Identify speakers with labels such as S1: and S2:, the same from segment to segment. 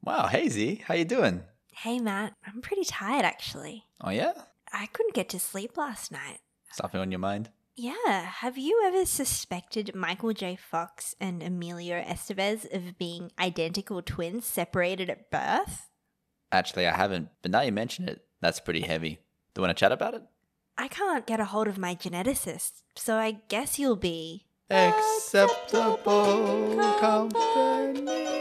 S1: Wow, Hazy, how you doing?
S2: Hey, Matt, I'm pretty tired actually.
S1: Oh yeah?
S2: I couldn't get to sleep last night.
S1: Something on your mind?
S2: Yeah, have you ever suspected Michael J. Fox and Emilio Estevez of being identical twins separated at birth?
S1: Actually, I haven't, but now you mention it, that's pretty heavy. Do you want to chat about it?
S2: I can't get a hold of my geneticist, so I guess you'll be.
S1: Acceptable company.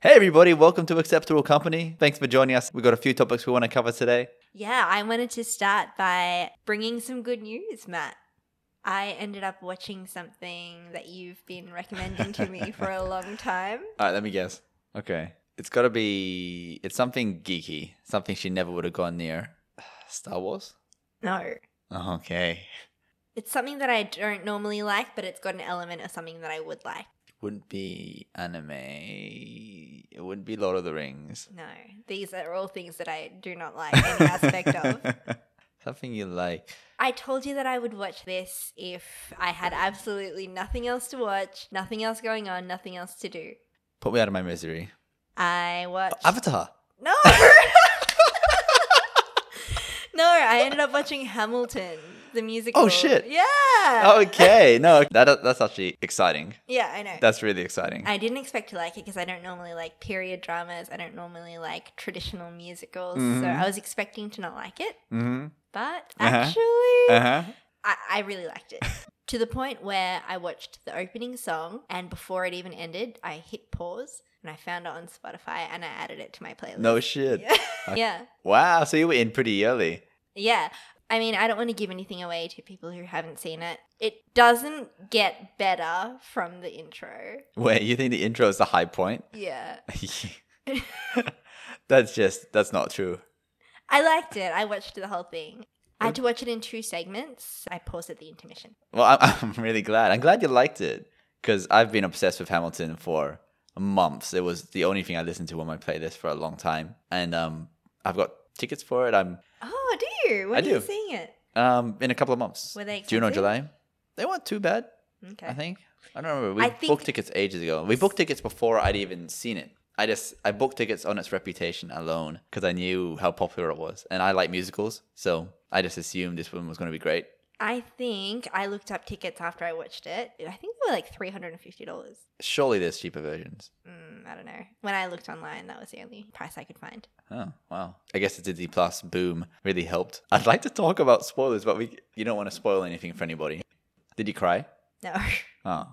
S1: Hey everybody, welcome to Acceptable Company. Thanks for joining us. We've got a few topics we want to cover today.
S2: Yeah, I wanted to start by bringing some good news, Matt. I ended up watching something that you've been recommending to me for a long time.
S1: All right, let me guess. Okay. It's got to be it's something geeky, something she never would have gone near. Star Wars?
S2: No,
S1: Okay.
S2: it's something that I don't normally like, but it's got an element of something that I would like.
S1: wouldn't be anime. It wouldn't be Lord of the Rings.
S2: No, these are all things that I do not like any aspect of.
S1: Something you like.
S2: I told you that I would watch this if I had absolutely nothing else to watch, nothing else going on, nothing else to do.
S1: Put me out of my misery. Oh,
S2: I watched.
S1: Avatar.
S2: no! no, I ended up watching Hamilton, the musical.
S1: shit. Oh,
S2: Yeah!
S1: Okay, no, that that's actually exciting.
S2: Yeah, I know.
S1: That's really exciting.
S2: I didn't expect to like it because I don't normally like period dramas. I don't normally like traditional musicals. So
S1: Mhm.
S2: I was expecting to not like it.
S1: Mm-hmm.
S2: But
S1: Uh-huh.
S2: actually,
S1: Uh-huh.
S2: I, I really liked it. to the point where I watched the opening song and before it even ended, I hit pause and I found it on Spotify and I added it to my playlist.
S1: No shit.
S2: Yeah. yeah.
S1: Wow, so you were in pretty early.
S2: Yeah. I mean, I don't want to give anything away to people who haven't seen it. It doesn't get better from the intro.
S1: Wait, you think the intro is the high point?
S2: Yeah.
S1: that's just that's not true.
S2: I liked it. I watched the whole thing. I had to watch it in two segments. I paused at the intermission.
S1: Well, I'm, I'm really glad. I'm glad you liked it because I've been obsessed with Hamilton for months. It was the only thing I listened to on my playlist for a long time, and um, I've got tickets for it. I'm
S2: Oh, do you? When
S1: I
S2: are
S1: do.
S2: you seeing it?
S1: um in a couple of months.
S2: Were they
S1: June or
S2: expensive?
S1: July? They weren't too bad,
S2: Okay.
S1: I think. I don't remember. We
S2: I think-
S1: booked tickets ages ago. We booked tickets before I'd even seen it. I just I booked tickets on its reputation alone because I knew how popular it was, and I like musicals, so I just assumed this one was going to be great.
S2: I think I looked up tickets after I watched it. I think they were like three hundred and fifty dollars.
S1: Surely there's cheaper versions.
S2: Mm, I don't know. When I looked online, that was the only price I could find.
S1: Oh wow! I guess the Disney Plus boom really helped. I'd like to talk about spoilers, but we you don't want to spoil anything for anybody. Did you cry?
S2: No,
S1: Oh.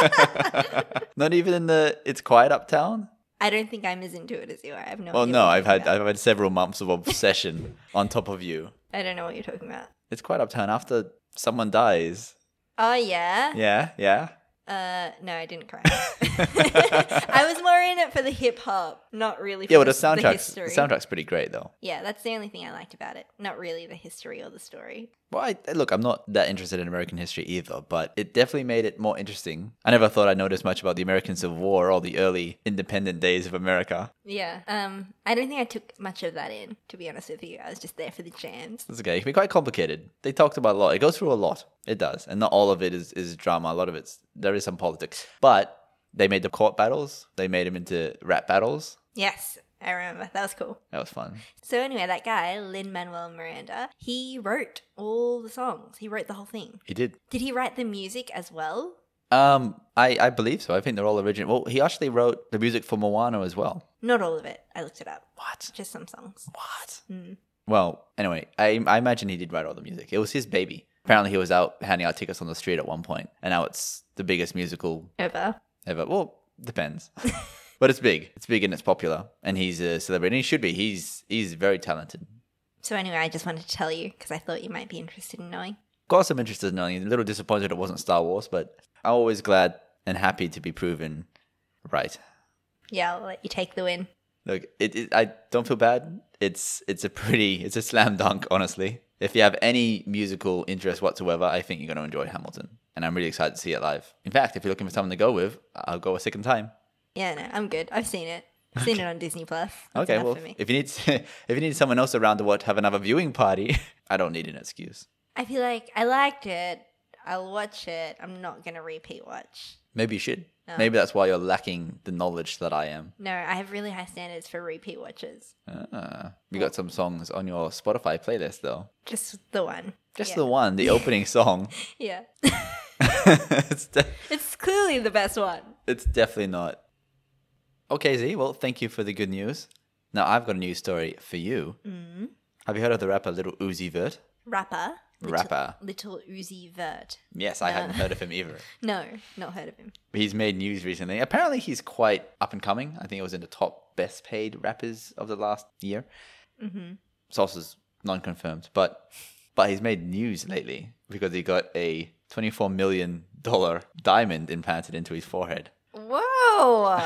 S1: Not even in the it's quiet uptown.
S2: I don't think I'm as into it as you are. I have no.
S1: Well,
S2: idea
S1: no,
S2: what
S1: I've
S2: you're
S1: had
S2: talking
S1: I've had several months of obsession on top of you.
S2: about. I don't know what you're talking about.
S1: It's quiet uptown after someone dies.
S2: Oh yeah.
S1: Yeah, yeah.
S2: Uh, no, I didn't cry. I was more in it for the hip hop, not really. For
S1: Yeah, well, the
S2: the
S1: soundtrack's the
S2: history.
S1: soundtrack's pretty great though.
S2: Yeah, that's the only thing I liked about it. Not really the history or the story.
S1: Well, I, look, I'm not that interested in American history either, but it definitely made it more interesting. I never thought I'd notice much about the American Civil War or the early independent days of America.
S2: Yeah. Um, I don't think I took much of that in, to be honest with you. I was just there for the jams.
S1: It's okay. It can be quite complicated. They talked about a lot. It goes through a lot. It does. And not all of it is, is drama. A lot of it's, there is some politics. But they made the court battles, they made them into rap battles.
S2: Yes, I remember. That was cool.
S1: That was fun.
S2: So anyway, that guy, Lin Manuel Miranda, he wrote all the songs. He wrote the whole thing.
S1: He did.
S2: Did he write the music as well?
S1: Um, I, I believe so. I think they're all original. Well, he actually wrote the music for Moana as well.
S2: Not all of it. I looked it up.
S1: What?
S2: Just some songs.
S1: What?
S2: Mm.
S1: Well, anyway, I, I imagine he did write all the music. It was his baby. Apparently, he was out handing out tickets on the street at one point, and now it's the biggest musical
S2: Ever.
S1: ever. Well, depends, but it's big. It's big and it's popular, and he's a celebrity. And he should be. He's he's very talented.
S2: So anyway, I just wanted to tell you because I thought you might be interested in knowing.
S1: Of course, I'm interested in knowing. A little disappointed it wasn't Star Wars, but I'm always glad and happy to be proven right.
S2: Yeah, I'll let you take the win.
S1: Look, it, it, I don't feel bad. It's it's a pretty it's a slam dunk, honestly. If you have any musical interest whatsoever, I think you're going to enjoy Hamilton, and I'm really excited to see it live. In fact, if you're looking for something to go with, I'll go a second time.
S2: Yeah, no, I'm good. I've seen it. I've seen it on Disney Plus. That's
S1: Okay,
S2: enough
S1: well,
S2: for me.
S1: if you need if you need someone else around to watch, have another viewing party. I don't need an excuse.
S2: I feel like I liked it. I'll watch it. I'm not gonna repeat watch.
S1: Maybe you should.
S2: No, Oh.
S1: Maybe that's why you're lacking the knowledge that I am.
S2: No, I have really high standards for repeat watches.
S1: Ah, you got some songs on your Spotify playlist though.
S2: Just the one.
S1: Just
S2: yeah.
S1: the one, the opening song.
S2: Yeah.
S1: it's, de-
S2: it's clearly the best one.
S1: it's definitely not. Okay, Z. Well, thank you for the good news. Now I've got a news story for you.
S2: Mm.
S1: Have you heard of the rapper Little Uzi Vert?
S2: Rapper. Little-
S1: Rapper.
S2: Little Uzi Vert.
S1: Yes, I
S2: No.
S1: hadn't heard of him either.
S2: No, not heard of him.
S1: He's made news recently. Apparently, he's quite up and coming. I think it was in the top best paid rappers of the last year.
S2: Mm-hmm.
S1: Sources non-confirmed, but but he's made news lately because he got a twenty-four million dollar diamond implanted into his forehead.
S2: Whoa.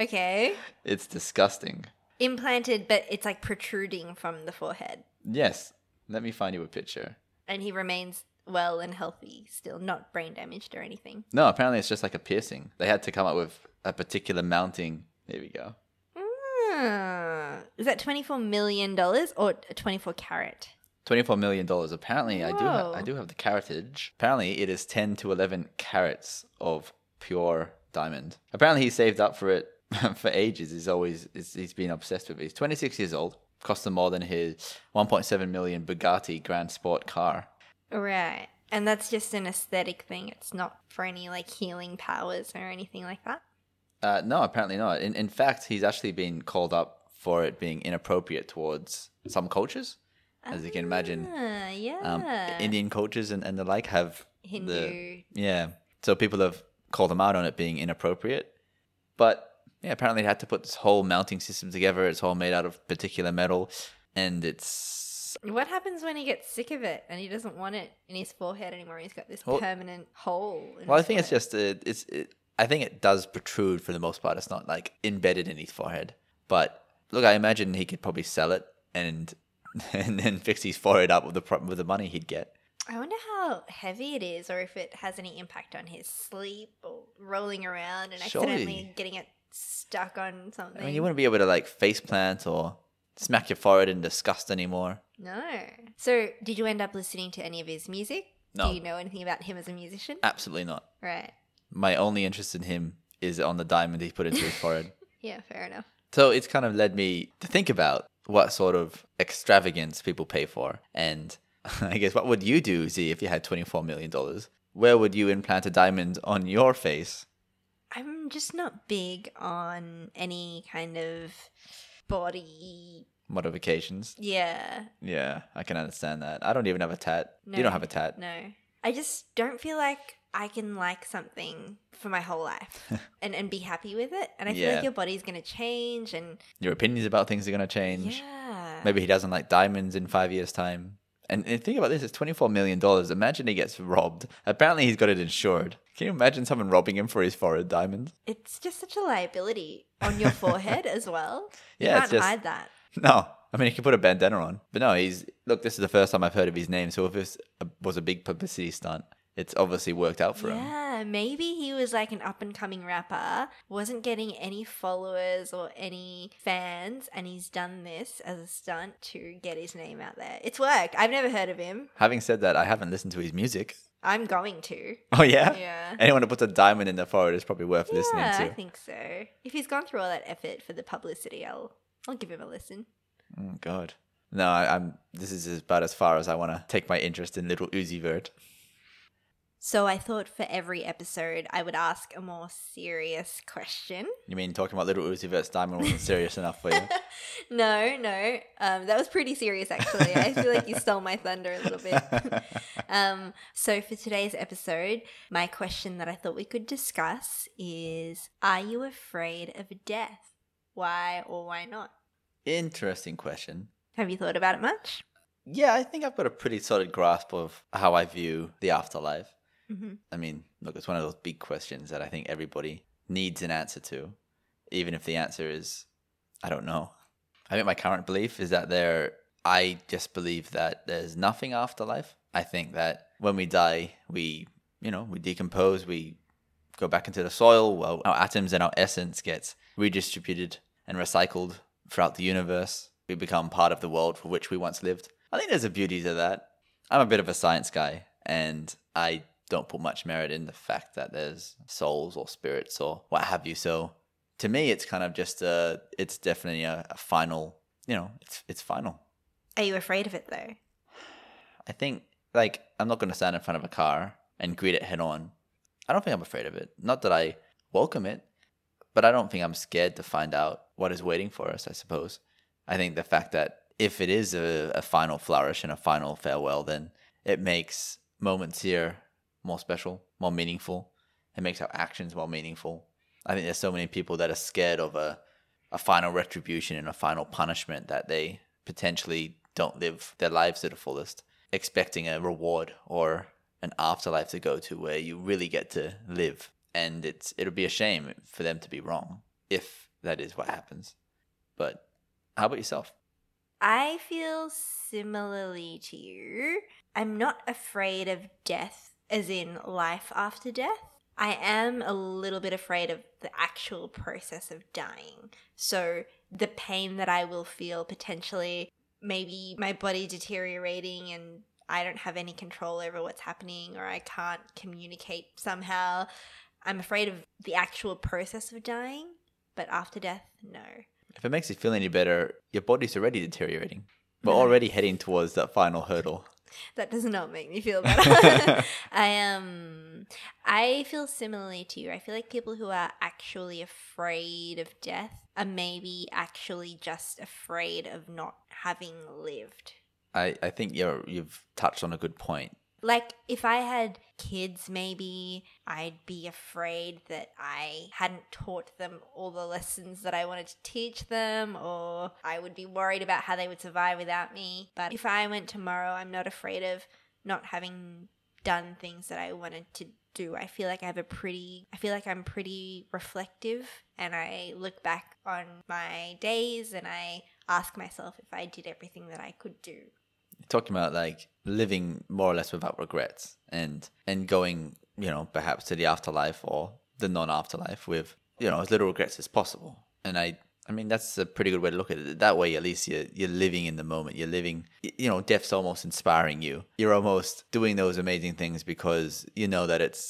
S2: okay.
S1: It's disgusting.
S2: Implanted, but it's like protruding from the forehead.
S1: Yes, let me find you a picture.
S2: And he remains well and healthy still, not brain damaged or anything.
S1: No, apparently it's just like a piercing. They had to come up with a particular mounting. There we go.
S2: Ah. Is that $24 million or 24 carat?
S1: Twenty-four million dollars. Apparently, I do. Ha- I
S2: Whoa.
S1: do have the caratage. Apparently, it is ten to eleven carats of pure diamond. Apparently, he saved up for it for ages. He's always he's, he's been obsessed with it. He's twenty-six years old. Cost him more than his one point seven million Bugatti Grand Sport car.
S2: Right. And that's just an aesthetic thing. It's not for any like healing powers or anything like that.
S1: Uh, no, apparently not. In in fact, he's actually been called up for it being inappropriate towards some cultures, as you can imagine.
S2: Ah, yeah.
S1: um, Indian cultures and, and the like have
S2: Hindu.
S1: the yeah. So people have called them out on it being inappropriate, but yeah, apparently they had to put this whole mounting system together. It's all made out of particular metal, and it's
S2: What happens when he gets sick of it and he doesn't want it in his forehead anymore? He's got this
S1: Well-
S2: permanent hole. in
S1: well, I
S2: his
S1: think it's
S2: forehead.
S1: just uh it's it, I think it does protrude for the most part. It's not like embedded in his forehead, but look, I imagine he could probably sell it and and then fix his forehead up with the pro- with the money he'd get.
S2: I wonder how heavy it is, or if it has any impact on his sleep or rolling around and accidentally
S1: Surely.
S2: getting it stuck on something.
S1: I mean, you wouldn't be able to like face plant or smack your forehead in disgust anymore.
S2: No. So, did you end up listening to any of his music?
S1: No. Uh,
S2: Do you know anything about him as a musician?
S1: Absolutely not.
S2: right.
S1: My only interest in him is on the diamond he put into his forehead.
S2: Yeah, fair enough.
S1: So it's kind of led me to think about what sort of extravagance people pay for. And I guess what would you do, Z, if you had $24 million? Where would you implant a diamond on your face?
S2: I'm just not big on any kind of body.
S1: Modifications.
S2: Yeah,
S1: Yeah, I can understand that. I don't even have a tat.
S2: No.
S1: You don't have a tat.
S2: no. I just don't feel like I can like something for my whole life and, and be happy with it. And I feel
S1: Yeah.
S2: like your body's going to change and
S1: Your opinions about things are going to change.
S2: yeah.
S1: Maybe he doesn't like diamonds in five years' time. And, and think about this: it's twenty-four million dollars. Imagine he gets robbed. Apparently, he's got it insured. Can you imagine someone robbing him for his forehead diamonds?
S2: It's just such a liability on your forehead as well. You
S1: Yeah,
S2: can't
S1: it's just-
S2: hide that.
S1: No, I mean he could put a bandana on, but no, he's look. This is the first time I've heard of his name. So if this was a big publicity stunt, it's obviously worked out for him.
S2: Yeah, maybe he was like an up and coming rapper, wasn't getting any followers or any fans, and he's done this as a stunt to get his name out there. It's worked. I've never heard of him.
S1: Having said that, I haven't listened to his music.
S2: I'm going to.
S1: Oh yeah,
S2: Yeah.
S1: anyone who puts a diamond in their forehead is probably worth
S2: yeah, I
S1: listening to.
S2: think so. If he's gone through all that effort for the publicity, I'll I'll give him a listen.
S1: Oh god. No, I, I'm. This is about as far as I want to take my interest in little Uzi Vert.
S2: So I thought for every episode I would ask a more serious question.
S1: You mean talking about Little Uzi Vert's diamond wasn't serious enough for you?
S2: No, no. Um, that was pretty serious, actually. I feel like you stole my thunder a little bit. um, so, for today's episode, my question that I thought we could discuss is Are you afraid of death? Why or why not?
S1: Interesting question.
S2: Have you thought about it much?
S1: Yeah, I think I've got a pretty solid grasp of how I view the afterlife.
S2: Mhm.
S1: I mean, look, it's one of those big questions that I think everybody needs an answer to, even if the answer is, I don't know. I think my current belief is that there, I just believe that there's nothing afterlife. I think that when we die, we, you know, we decompose, we go back into the soil, well, our atoms and our essence gets redistributed and recycled throughout the universe. We become part of the world for which we once lived. I think there's a beauty to that. I'm a bit of a science guy, and I don't put much merit in the fact that there's souls or spirits or what have you. So to me, it's kind of just a, it's definitely a, a final, you know, it's it's final.
S2: Are you afraid of it though?
S1: I think like I'm not going to stand in front of a car and greet it head on. I don't think I'm afraid of it. Not that I welcome it, but I don't think I'm scared to find out what is waiting for us, I suppose. I think the fact that if it is a, a final flourish and a final farewell, then it makes moments here more special, more meaningful. It makes our actions more meaningful. I think there's so many people that are scared of a, a final retribution and a final punishment that they potentially don't live their lives to the fullest, expecting a reward or an afterlife to go to where you really get to live. And it's it'll be a shame for them to be wrong if that is what happens. But how about yourself?
S2: I feel similarly to you. I'm not afraid of death, as in life after death. I am a little bit afraid of the actual process of dying. So, the pain that I will feel potentially, maybe my body deteriorating and I don't have any control over what's happening or I can't communicate somehow. I'm afraid of the actual process of dying, but after death, no.
S1: If it makes you feel any better, your body's already deteriorating. We're
S2: Yeah.
S1: already heading towards that final hurdle.
S2: That does not make me feel better. I um I feel similarly to you. I feel like people who are actually afraid of death are maybe actually just afraid of not having lived.
S1: I, I think you're you've touched on a good point.
S2: Like, if I had kids, maybe I'd be afraid that I hadn't taught them all the lessons that I wanted to teach them, or I would be worried about how they would survive without me. But if I went tomorrow, I'm not afraid of not having done things that I wanted to do. I feel like I have a pretty, I feel like I'm pretty reflective, and I look back on my days and I ask myself if I did everything that I could do.
S1: talking about like living more or less without regrets and and going you know perhaps to the afterlife or the non-afterlife with you know as little regrets as possible and i i mean that's a pretty good way to look at it that way at least you're, you're living in the moment you're living y- you know death's almost inspiring you you're almost doing those amazing things because you know that it's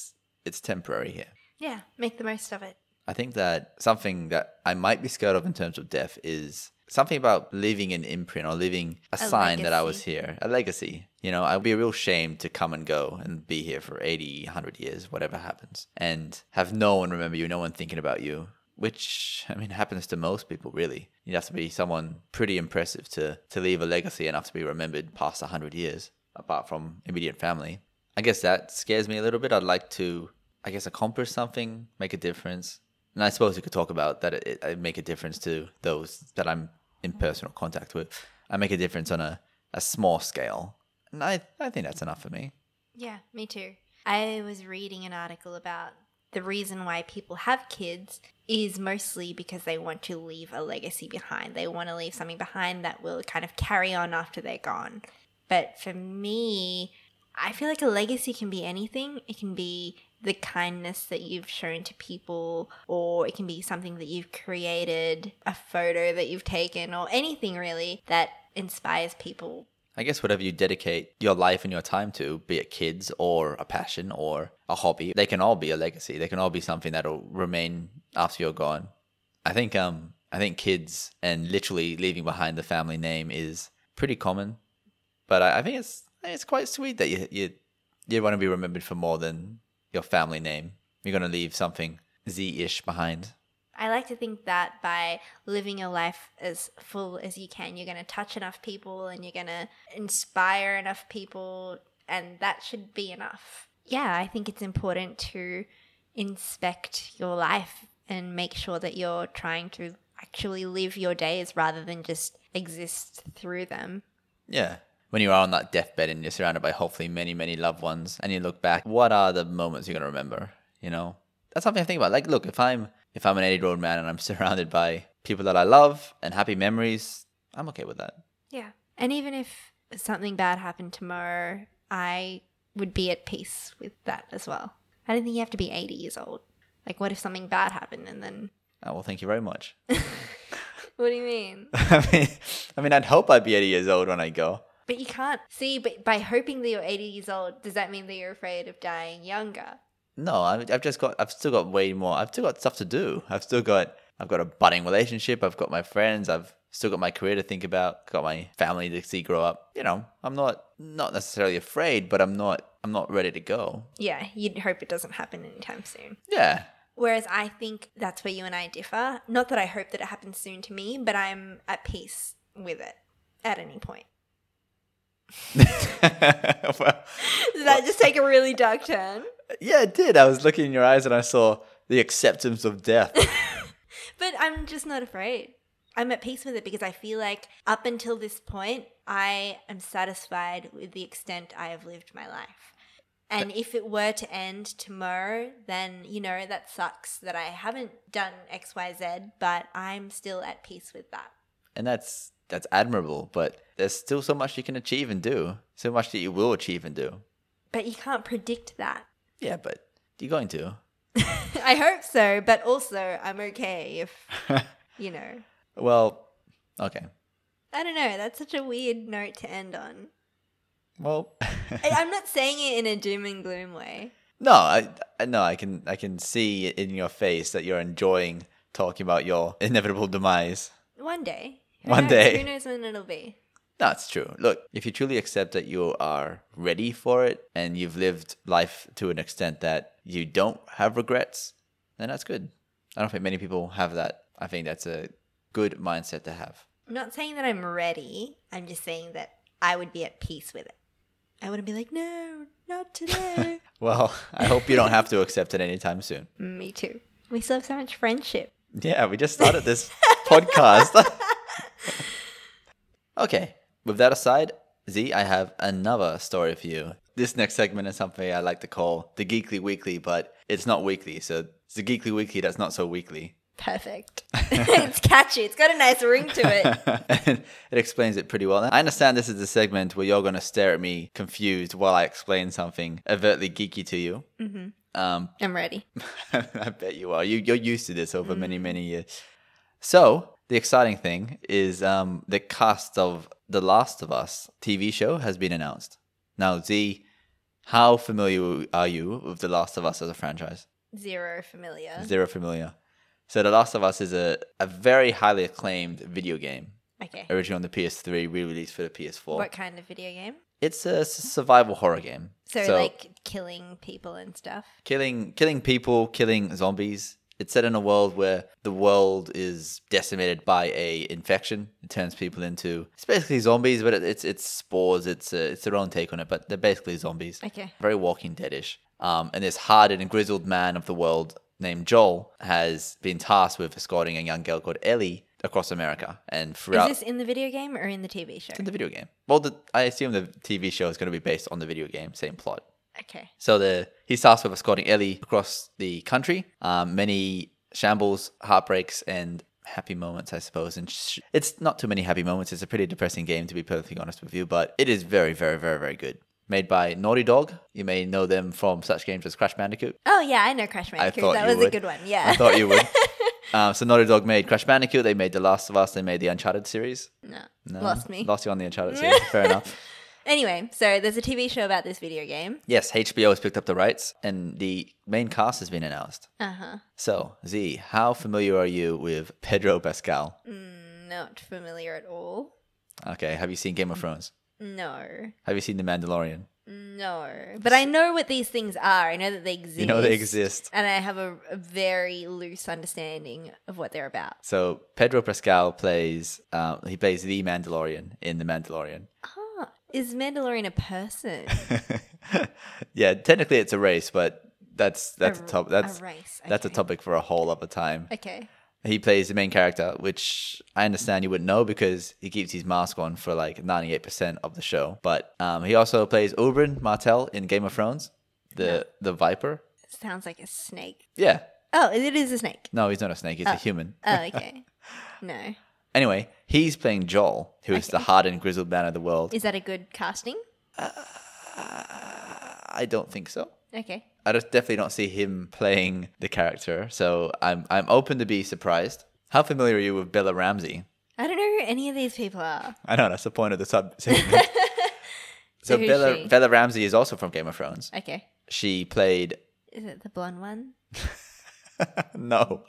S1: it's temporary here
S2: Yeah, make the most of it.
S1: I think that something that I might be scared of in terms of death is something about leaving an imprint or leaving a, sign that I was
S2: legacy.
S1: here, a legacy. You know, I'd be a real shame to come and go and be here for 80, 100 years, whatever happens, and have no one remember you, no one thinking about you, which, I mean, happens to most people, really. You have to be someone pretty impressive to, to leave a legacy enough to be remembered past 100 years, apart from immediate family. I guess that scares me a little bit. I'd like to, I guess, accomplish something, make a difference. And I suppose we could talk about that it, I make a difference to those that I'm in personal contact with. I make a difference on a, a small scale. And I, I think that's enough for me.
S2: Yeah, me too. I was reading an article about the reason why people have kids is mostly because they want to leave a legacy behind. They want to leave something behind that will kind of carry on after they're gone. But for me, I feel like a legacy can be anything. It can be the kindness that you've shown to people, or it can be something that you've created, a photo that you've taken, or anything really that inspires people
S1: I guess whatever you dedicate your life and your time to, be it kids or a passion or a hobby, they can all be a legacy. They can all be something that'll remain after you're gone. I think um I think kids and literally leaving behind the family name is pretty common, but I, I think it's I think it's quite sweet that you you you want to be remembered for more than your family name. You're gonna leave something Z-ish behind.
S2: I like to think that by living your life as full as you can, you're going to touch enough people and you're going to inspire enough people, and that should be enough. Yeah, I think it's important to inspect your life and make sure that you're trying to actually live your days rather than just exist through them.
S1: Yeah. When you are on that deathbed and you're surrounded by hopefully many, many loved ones and you look back, what are the moments you're gonna remember? You know? That's something I think about. Like, look, if I'm if I'm an eighty year old man and I'm surrounded by people that I love and happy memories, I'm okay with that.
S2: Yeah. And even if something bad happened tomorrow, I would be at peace with that as well. I don't think you have to be 80 years old. Like, what if something bad happened and then.
S1: Oh, well thank you very much.
S2: What do you mean?
S1: I mean I mean I'd hope I'd be eighty years old when I go.
S2: But you can't see. But by hoping that you're 80 years old, does that mean that you're afraid of dying younger?
S1: No, I've, I've just got, I've still got way more. I've still got stuff to do. I've still got, I've got a budding relationship. I've got my friends. I've still got my career to think about. Got my family to see grow up. You know, I'm not, not necessarily afraid, but I'm not, I'm not ready to go.
S2: Yeah, you'd hope it doesn't happen anytime soon.
S1: Yeah.
S2: Whereas I think that's where you and I differ. Not that I hope that it happens soon to me, but I'm at peace with it at any point.
S1: well,
S2: Did that just take a really dark turn?
S1: yeah, it did. I was looking in your eyes and I saw the acceptance of death.
S2: But I'm just not afraid. I'm at peace with it because I feel like up until this point, I am satisfied with the extent I have lived my life. And if it were to end tomorrow, then, you know, that sucks that I haven't done XYZ, but I'm still at peace with that.
S1: and that's that's admirable but there's still so much you can achieve and do so much that you will achieve and do
S2: But you can't predict that.
S1: yeah but you're going to
S2: I hope so, but also I'm okay if, you know.
S1: well okay
S2: I don't know. That's such a weird note to end on.
S1: well
S2: I, I'm not saying it in a doom and gloom way.
S1: no I, I no i can i can see in your face that you're enjoying talking about your inevitable demise
S2: One day. Who
S1: One
S2: knows-
S1: day.
S2: Who knows when it'll be?
S1: that's true look if you truly accept that you are ready for it and you've lived life to an extent that you don't have regrets then that's good i don't think many people have that i think that's a good mindset to have
S2: I'm not saying that I'm ready. I'm just saying that I would be at peace with it. I wouldn't be like, no, not today.
S1: Well, I hope you don't have to accept it anytime soon.
S2: Me too. We still have so much friendship.
S1: Yeah, we just started this podcast. okay, with that aside, Z, I have another story for you. This next segment is something I like to call the Geekly Weekly, but it's not weekly, so it's the Geekly Weekly that's not so weekly.
S2: Perfect. it's catchy. It's got a nice ring to it.
S1: it explains it pretty well. I understand this is the segment where you're going to stare at me confused while I explain something overtly geeky to you. Mm-hmm. Um,
S2: I'm ready.
S1: I bet you are. You, you're used to this over
S2: Mm-hmm.
S1: many, many years. So the exciting thing is um, the cast of The Last of Us TV show has been announced. Now, Z, how familiar are you with The Last of Us as a franchise?
S2: Zero familiar.
S1: Zero familiar. So The Last of Us is a, a very highly acclaimed video game.
S2: okay.
S1: Originally on the PS3, re-released for the PS4.
S2: What kind of video game?
S1: It's a s- survival horror game.
S2: So, like killing people and stuff.
S1: killing killing people, killing zombies. It's set in a world where the world is decimated by a infection. It turns people into it's basically zombies, but it, it's it's spores. It's uh it's their own take on it, but they're basically zombies.
S2: Okay.
S1: Very Walking Deadish. Um, and this hardened and grizzled man of the world named Joel has been tasked with escorting a young girl called Ellie across America and
S2: Is
S1: throughout
S2: this in the video game or in the TV show?
S1: the video game. Well, the, I assume the TV show is going to be based on the video game, same plot.
S2: Okay.
S1: So the he starts with escorting Ellie across the country. Um, many shambles, heartbreaks, and happy moments, I suppose. And sh- it's not too many happy moments. It's a pretty depressing game, to be perfectly honest with you. But it is very, very, very, very good. Made by Naughty Dog. You may know them from such games as Crash Bandicoot.
S2: Oh yeah, I know Crash
S1: I
S2: Bandicoot.
S1: thought
S2: That
S1: you
S2: was
S1: would.
S2: a good one.
S1: I
S2: Yeah.
S1: thought you would. Um, so Naughty Dog made Crash Bandicoot. They made The Last of Us. They made the Uncharted series.
S2: no.
S1: No,
S2: Lost me.
S1: Lost you on the Uncharted series. Fair enough.
S2: Anyway, so there's a TV show about this video game.
S1: Yes, HBO has picked up the rights, and the main cast has been announced.
S2: Uh huh.
S1: So, Z, how familiar are you with Pedro Pascal?
S2: Mm. Not familiar at all.
S1: Okay, have you seen
S2: Mm.
S1: Game of Thrones?
S2: No.
S1: Have you seen The Mandalorian?
S2: No. But I know what these things are. I know that they exist.
S1: You know they exist.
S2: And I have a, a very loose understanding of what they're about.
S1: So Pedro Pascal plays uh, he plays the Mandalorian in The Mandalorian.
S2: Oh, is Mandalorian a person?
S1: yeah, technically it's a race, but that's that's a,
S2: r-
S1: top that's
S2: race.
S1: that's a
S2: okay.
S1: topic for a whole other time.
S2: Okay.
S1: He plays the main character, which I understand you wouldn't know because he keeps his mask on for like 98% of the show. But um, he also plays Oberyn Martell in Game of Thrones, the the Viper.
S2: Sounds like a snake.
S1: Yeah.
S2: Oh, it is a snake.
S1: No, he's not a snake. He's a human.
S2: Oh, okay. no.
S1: Anyway, he's playing Joel, who is the hardened, grizzled man of the world.
S2: Is that a good casting?
S1: I don't think so.
S2: Okay.
S1: I just definitely don't see him playing the character. So I'm I'm open to be surprised. How familiar are you with Bella Ramsey?
S2: I don't know who any of these people are.
S1: I know that's the point of the sub segment. So
S2: who's
S1: Bella
S2: she?
S1: Bella Ramsey is also from Game of Thrones.
S2: Okay.
S1: She played
S2: Is it the blonde one?
S1: no,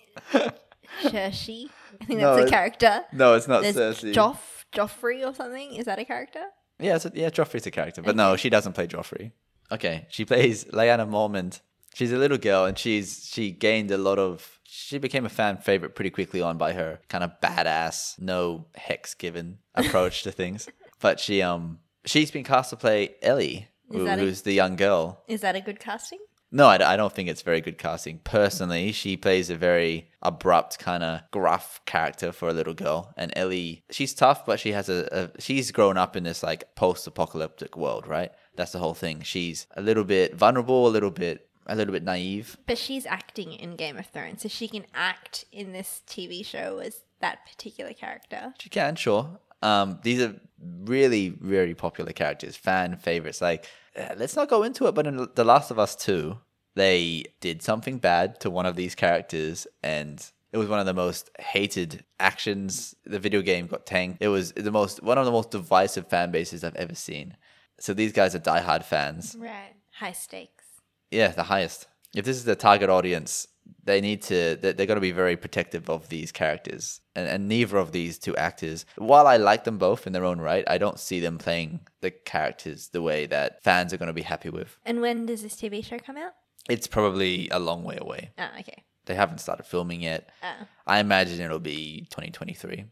S2: Shershi? I think
S1: No,
S2: that's
S1: it-
S2: a character.
S1: no, it's not
S2: There's
S1: Cersei.
S2: Joff, Joffrey or something. Is that a character?
S1: yeah, it's a, yeah, Joffrey's a character, but no, she doesn't play Joffrey. Okay, she plays Lyanna Mormont. She's a little girl, and she's she gained a lot of. She became a fan favorite pretty quickly on by her kind of badass, no hex given approach to things. But she um she's been cast to play Ellie,
S2: Is
S1: who-
S2: that a-
S1: who's the young girl
S2: Is that a good casting?
S1: No, I, I don't think it's very good casting. Personally, she plays a very abrupt, kind of gruff character for a little girl. And Ellie, she's tough, but she has a, a she's grown up in this like post-apocalyptic world, right? That's the whole thing. She's a little bit vulnerable, a little bit, a little bit naive.
S2: But she's acting in Game of Thrones, so she can act in this TV show as that particular character.
S1: She can, sure. Um, these are really, really popular characters, fan favorites. Like, uh, let's not go into it, but in The Last of Us 2, they did something bad to one of these characters, and it was one of the most hated actions. The video game got tanked. It was the most one of the most divisive fan bases I've ever seen. So these guys are diehard fans.
S2: Right. High stakes.
S1: Yeah, the highest. If this is the target audience, they need to. They're, they're going to be very protective of these characters, and, and neither of these two actors. While I like them both in their own right, I don't see them playing the characters the way that fans are going to be happy with.
S2: And when does this TV show come out?
S1: It's probably a long way away.
S2: Oh, okay.
S1: They haven't started filming yet.
S2: Oh.
S1: I imagine ittle be 2023.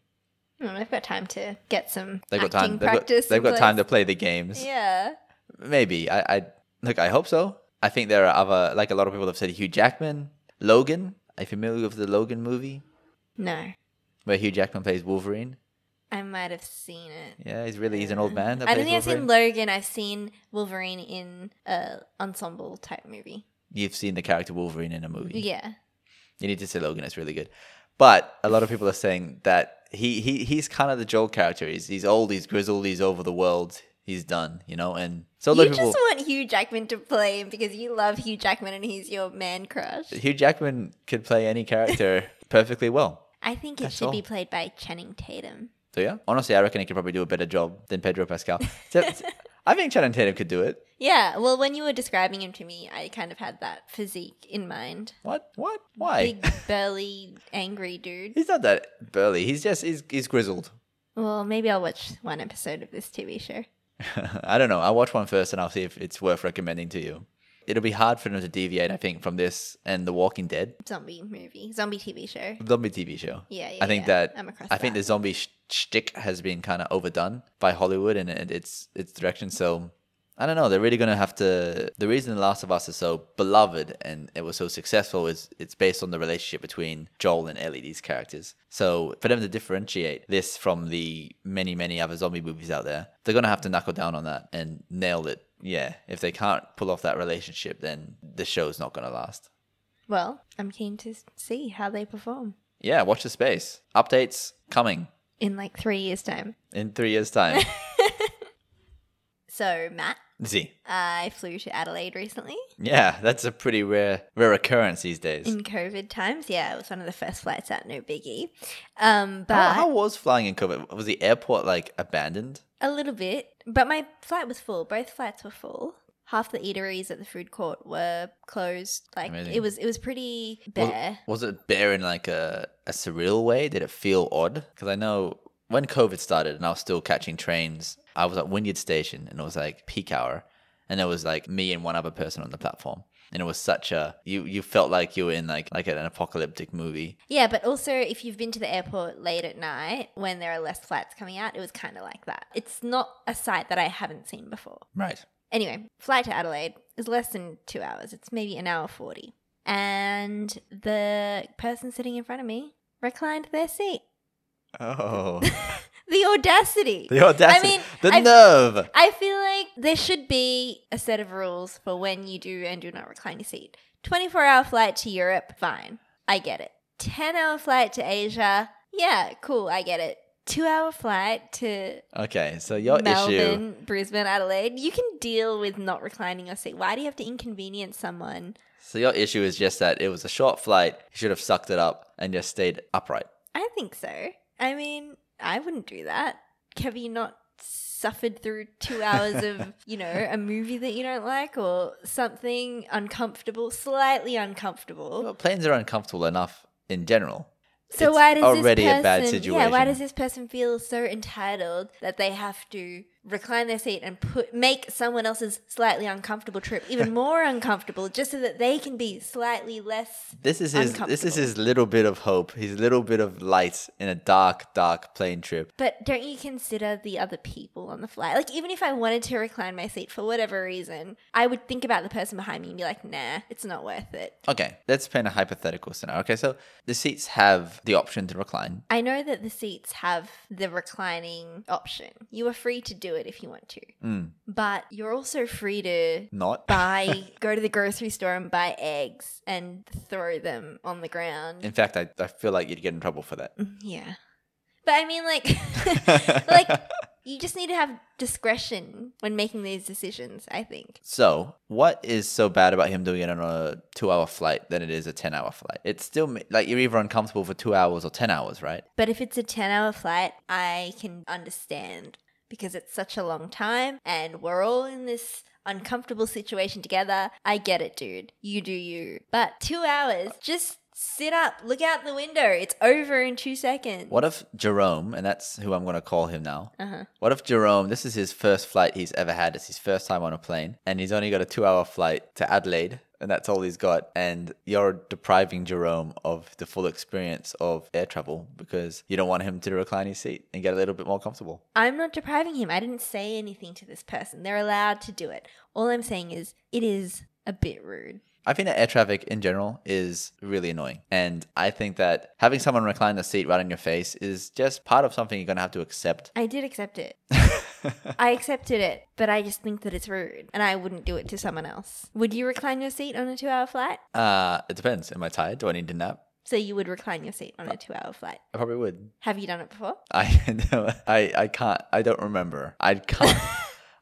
S2: Hmm, I've got time to get some
S1: They've got
S2: acting
S1: time. They've got,
S2: practice.
S1: they've
S2: in
S1: got time to
S2: place.
S1: play the games.
S2: Yeah.
S1: Maybe. I, I look. I hope so. I think there are other like a lot of people have said Hugh Jackman, Logan. Are you familiar with the Logan movie?
S2: No,
S1: where Hugh Jackman plays Wolverine.
S2: I might have seen it.
S1: Yeah, he's really he's an old man. That
S2: I
S1: plays
S2: don't think I've
S1: Wolverine.
S2: seen Logan. I've seen Wolverine in a ensemble type movie.
S1: You've seen the character Wolverine in a movie.
S2: Yeah.
S1: You need to see Logan. It's really good. But a lot of people are saying that he, he he's kind of the Joel character. He's he's old. He's grizzled. He's over the world. He's done. You know. And so a lot
S2: You
S1: of
S2: just
S1: people.
S2: want Hugh Jackman to play him because you love Hugh Jackman and he's your man crush.
S1: Hugh Jackman could play any character perfectly well.
S2: I think it
S1: That's
S2: should
S1: all.
S2: be played by Channing Tatum.
S1: So yeah, honestly, I reckon he could probably do a better job than Pedro Pascal. Except, I think Channing Tatum could do it.
S2: Yeah, well, when you were describing him to me, I kind of had that physique in mind.
S1: What? What? Why?
S2: Big, burly, angry dude.
S1: He's not that burly. He's just he's, he's grizzled.
S2: Well, maybe I'll watch one episode of this TV show.
S1: I don't know. I'll watch one first and I'll see if it's worth recommending to you. It'll be hard for them to deviate, I think, from this and The Walking Dead,
S2: Zombie movie, zombie TV show.
S1: zombie TV show.
S2: Yeah, yeah.
S1: I think
S2: yeah.
S1: that
S2: I'm across.
S1: I think
S2: that.
S1: the zombie sh- shtick has been kind of overdone by Hollywood and it, its its direction. So I don't know. They're really gonna have to. The reason The Last of Us is so beloved and it was so successful is it's based on the relationship between Joel and Ellie, these characters. So for them to differentiate this from the many many other zombie movies out there, they're gonna have to knuckle down on that and nail it. Yeah, if they can't pull off that relationship, then the show's not gonna last.
S2: Well, I'm keen to s- see how they perform
S1: Yeah, watch the space. Updates coming
S2: in like three years' time.
S1: in three years' time.
S2: So, Matt,
S1: Z.
S2: I flew to Adelaide recently
S1: Yeah, that's a pretty rare rare occurrence these days.
S2: in COVID times. Yeah, it was one of the first flights out, no biggie. Um, but
S1: How, how was flying in COVID? Was the airport like abandoned?
S2: A little bit, but my flight was full. Both flights were full. Half the eateries at the food court were closed. Like
S1: Amazing.
S2: it was, it was pretty bare.
S1: Was it bare in like a, a surreal way? Did it feel odd? Because I know when COVID started and I was still catching trains, I was at Wynyard Station and it was like peak hour, and it was like me and one other person on the platform, and it was such a you you felt like you were in like like an apocalyptic movie.
S2: yeah, but also if you've been to the airport late at night when there are less flights coming out, it was kind of like that. It's not a sight that I haven't seen before.
S1: Right.
S2: Anyway, flight to Adelaide is less than two hours. It's maybe an hour 40. And the person sitting in front of me reclined their seat.
S1: Oh,
S2: The audacity.
S1: the audacity!
S2: mean,
S1: the
S2: I've-
S1: nerve!
S2: I feel like there should be a set of rules for when you do and do not recline your seat. 24 hour flight to Europe, fine. I get it. 10 hour flight to Asia, yeah, cool, I get it. Two hour flight to
S1: Okay, so your issue.
S2: Melbourne, Brisbane, Adelaide, you can deal with not reclining your seat. Why do you have to inconvenience someone?
S1: So your issue is just that it was a short flight. You should have sucked it up and just stayed upright.
S2: I think so. I mean, I wouldn't do that. Have you not suffered through two hours of, you know, a movie that you don't like or something uncomfortable, slightly uncomfortable.
S1: Well, planes are uncomfortable enough in general.
S2: So
S1: It's
S2: why does
S1: already
S2: this person,
S1: a bad
S2: Yeah, why
S1: situation.
S2: does this person feel so entitled that they have to recline their seat and put make someone else's slightly uncomfortable trip even more uncomfortable just so that they can be slightly less
S1: This is his. This is
S2: uncomfortable.
S1: his little bit of hope. His little bit of light in a dark, dark plane trip.
S2: But don't you consider the other people on the flight? Like, even if I wanted to recline my seat for whatever reason, I would think about the person behind me and be like, nah, it's not worth it.
S1: Okay, let's paint a hypothetical scenario. Okay, so the seats have the option to recline.
S2: I know that the seats have the reclining option. You are free to do it if you want to,
S1: Mm,
S2: but you're also free to
S1: not
S2: buy, go to the grocery store and buy eggs and throw them on the ground. Mm,
S1: In fact, I, I feel like you'd get in trouble for that.
S2: Yeah. But I mean, like, like, you just need to have discretion when making these decisions, I think.
S1: So, what is so bad about him doing it on a two-hour flight than it is a ten-hour flight? It's still ma- like you're either uncomfortable for two hours or ten hours, right?
S2: But if it's a 10 hour flight, I can understand because it's such a long time and we're all in this uncomfortable situation together. I get it, dude. You do you. But two hours, just sit up, look out the window. It's over in two seconds.
S1: What if Jerome, and that's who I'm going to call him now.
S2: Uh-huh.
S1: What if Jerome, this is his first flight he's ever had. It's his first time on a plane, and he's only got a two hour flight to Adelaide, and that's all he's got. And you're depriving Jerome of the full experience of air travel because you don't want him to recline his seat and get a little bit more comfortable.
S2: I'm not depriving him. I didn't say anything to this person. They're allowed to do it. All I'm saying is it is a bit rude.
S1: I think that air traffic in general is really annoying. And I think that having someone recline the seat right in your face is just part of something you're going to have to accept.
S2: I did accept it. I accepted it, but I just think that it's rude and I wouldn't do it to someone else. Would you recline your seat on a two hour flight?
S1: Uh, it depends. Am I tired? Do I need to nap?
S2: So you would recline your seat on a two hour flight.
S1: I probably would.
S2: Have you done it before?
S1: I no, I I can't. I don't remember. I can't.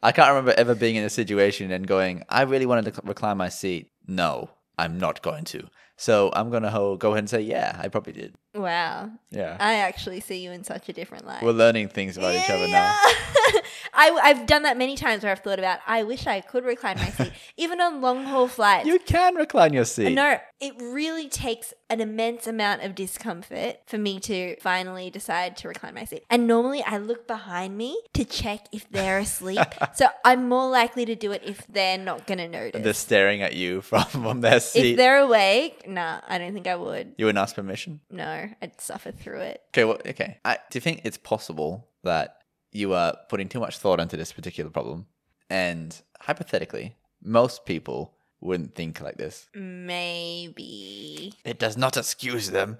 S1: I can't remember ever being in a situation and going, I really wanted to recline my seat. No, I'm not going to. So I'm gonna ho- go ahead and say, yeah, I probably did.
S2: Wow.
S1: Yeah,
S2: I actually see you in such a different light.
S1: we're learning things about each other now.
S2: I, I've done that many times where I've thought about, I wish I could recline my seat, even on long haul flights.
S1: You can recline your seat.
S2: No, it really takes an immense amount of discomfort for me to finally decide to recline my seat. And normally I look behind me to check if they're asleep. so I'm more likely to do it if they're not going to notice.
S1: They're staring at you from from their
S2: if
S1: seat.
S2: they're awake, nah, I don't think I would.
S1: you wouldn't ask permission.
S2: No, I'd suffer through it.
S1: Okay. Well, okay. I, do you think it's possible that you are putting too much thought into this particular problem? And hypothetically, most people wouldn't think like this.
S2: Maybe.
S1: It does not excuse them.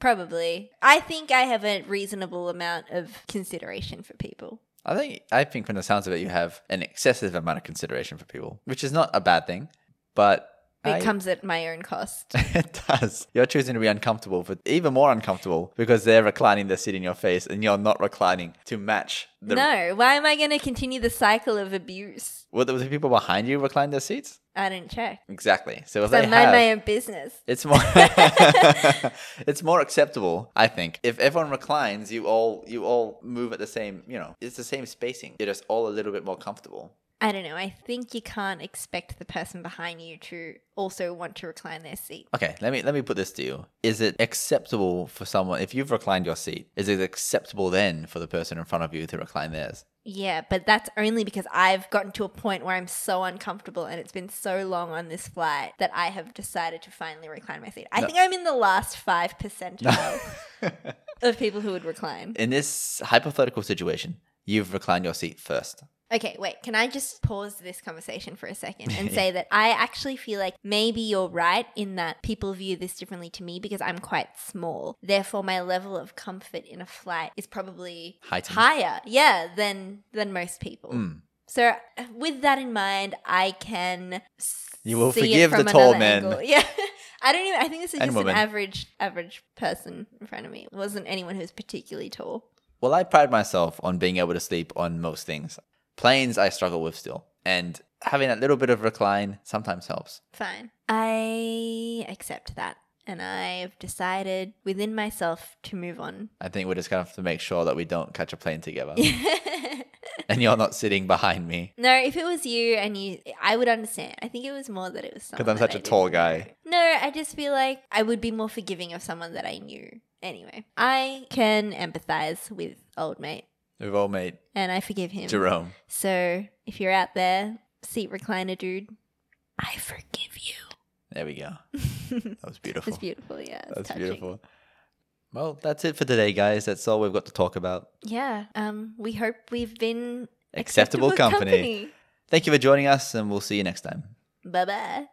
S2: Probably. I think I have a reasonable amount of consideration for people.
S1: I think I think from the sounds of it, you have an excessive amount of consideration for people, which is not a bad thing, but
S2: It
S1: I-
S2: comes at my own cost.
S1: it does. You're choosing to be uncomfortable, but even more uncomfortable because they're reclining their seat in your face, and you're not reclining to match the.
S2: no, why am I going to continue the cycle of abuse?
S1: Were the, were the people behind you recline their seats?
S2: I didn't check.
S1: Exactly. So if
S2: So I
S1: they
S2: mind
S1: have,
S2: my own business.
S1: It's more it's more acceptable, I think. If everyone reclines, you all you all move at the same, you know, it's the same spacing. You're just all a little bit more comfortable.
S2: I don't know. I think you can't expect the person behind you to also want to recline their seat.
S1: Okay, let me let me put this to you. Is it acceptable for someone if you've reclined your seat, is it acceptable then for the person in front of you to recline theirs?
S2: Yeah, but that's only because I've gotten to a point where I'm so uncomfortable and it's been so long on this flight that I have decided to finally recline my seat. I
S1: No.
S2: think I'm in the last 5 percentile of people who would recline.
S1: in this hypothetical situation, you've reclined your seat first.
S2: Okay, wait. Can I just pause this conversation for a second and say that I actually feel like maybe you're right in that people view this differently to me because I'm quite small. Therefore, my level of comfort in a flight is probably
S1: Heightened.
S2: higher, yeah, than than most people.
S1: Mm.
S2: So, uh, with that in mind, I can. s-
S1: You will
S2: see it
S1: forgive the
S2: from
S1: tall
S2: another
S1: men.
S2: angle. Yeah. I don't even. I think this is
S1: And
S2: just
S1: women.
S2: an average average person in front of me. It wasn't anyone who's particularly tall.
S1: Well, I pride myself on being able to sleep on most things. Planes, I struggle with still. And having that little bit of recline sometimes helps.
S2: Fine. I accept that. and I've decided within myself to move on.
S1: I think we just gonna have to make sure that we don't catch a plane together, and you're not sitting behind me
S2: No, if it was you and you, I would understand. I think it was more that it was someone.
S1: because I'm
S2: that
S1: such
S2: I
S1: a tall
S2: didn't know.
S1: guy.
S2: No, I just feel like I would be more forgiving of someone that I knew. Anyway, I can empathize with old mate
S1: We've all made
S2: and I forgive him.
S1: Jerome.
S2: So if you're out there, seat recliner dude, I forgive you.
S1: There we go. That was beautiful.
S2: it's beautiful. Yeah. It's
S1: That's
S2: touching.
S1: beautiful. Well, that's it for today, guys. That's all we've got to talk about.
S2: Yeah. Um, we hope we've been
S1: Acceptable company. Thank you for joining us, and we'll see you next time.
S2: Bye bye.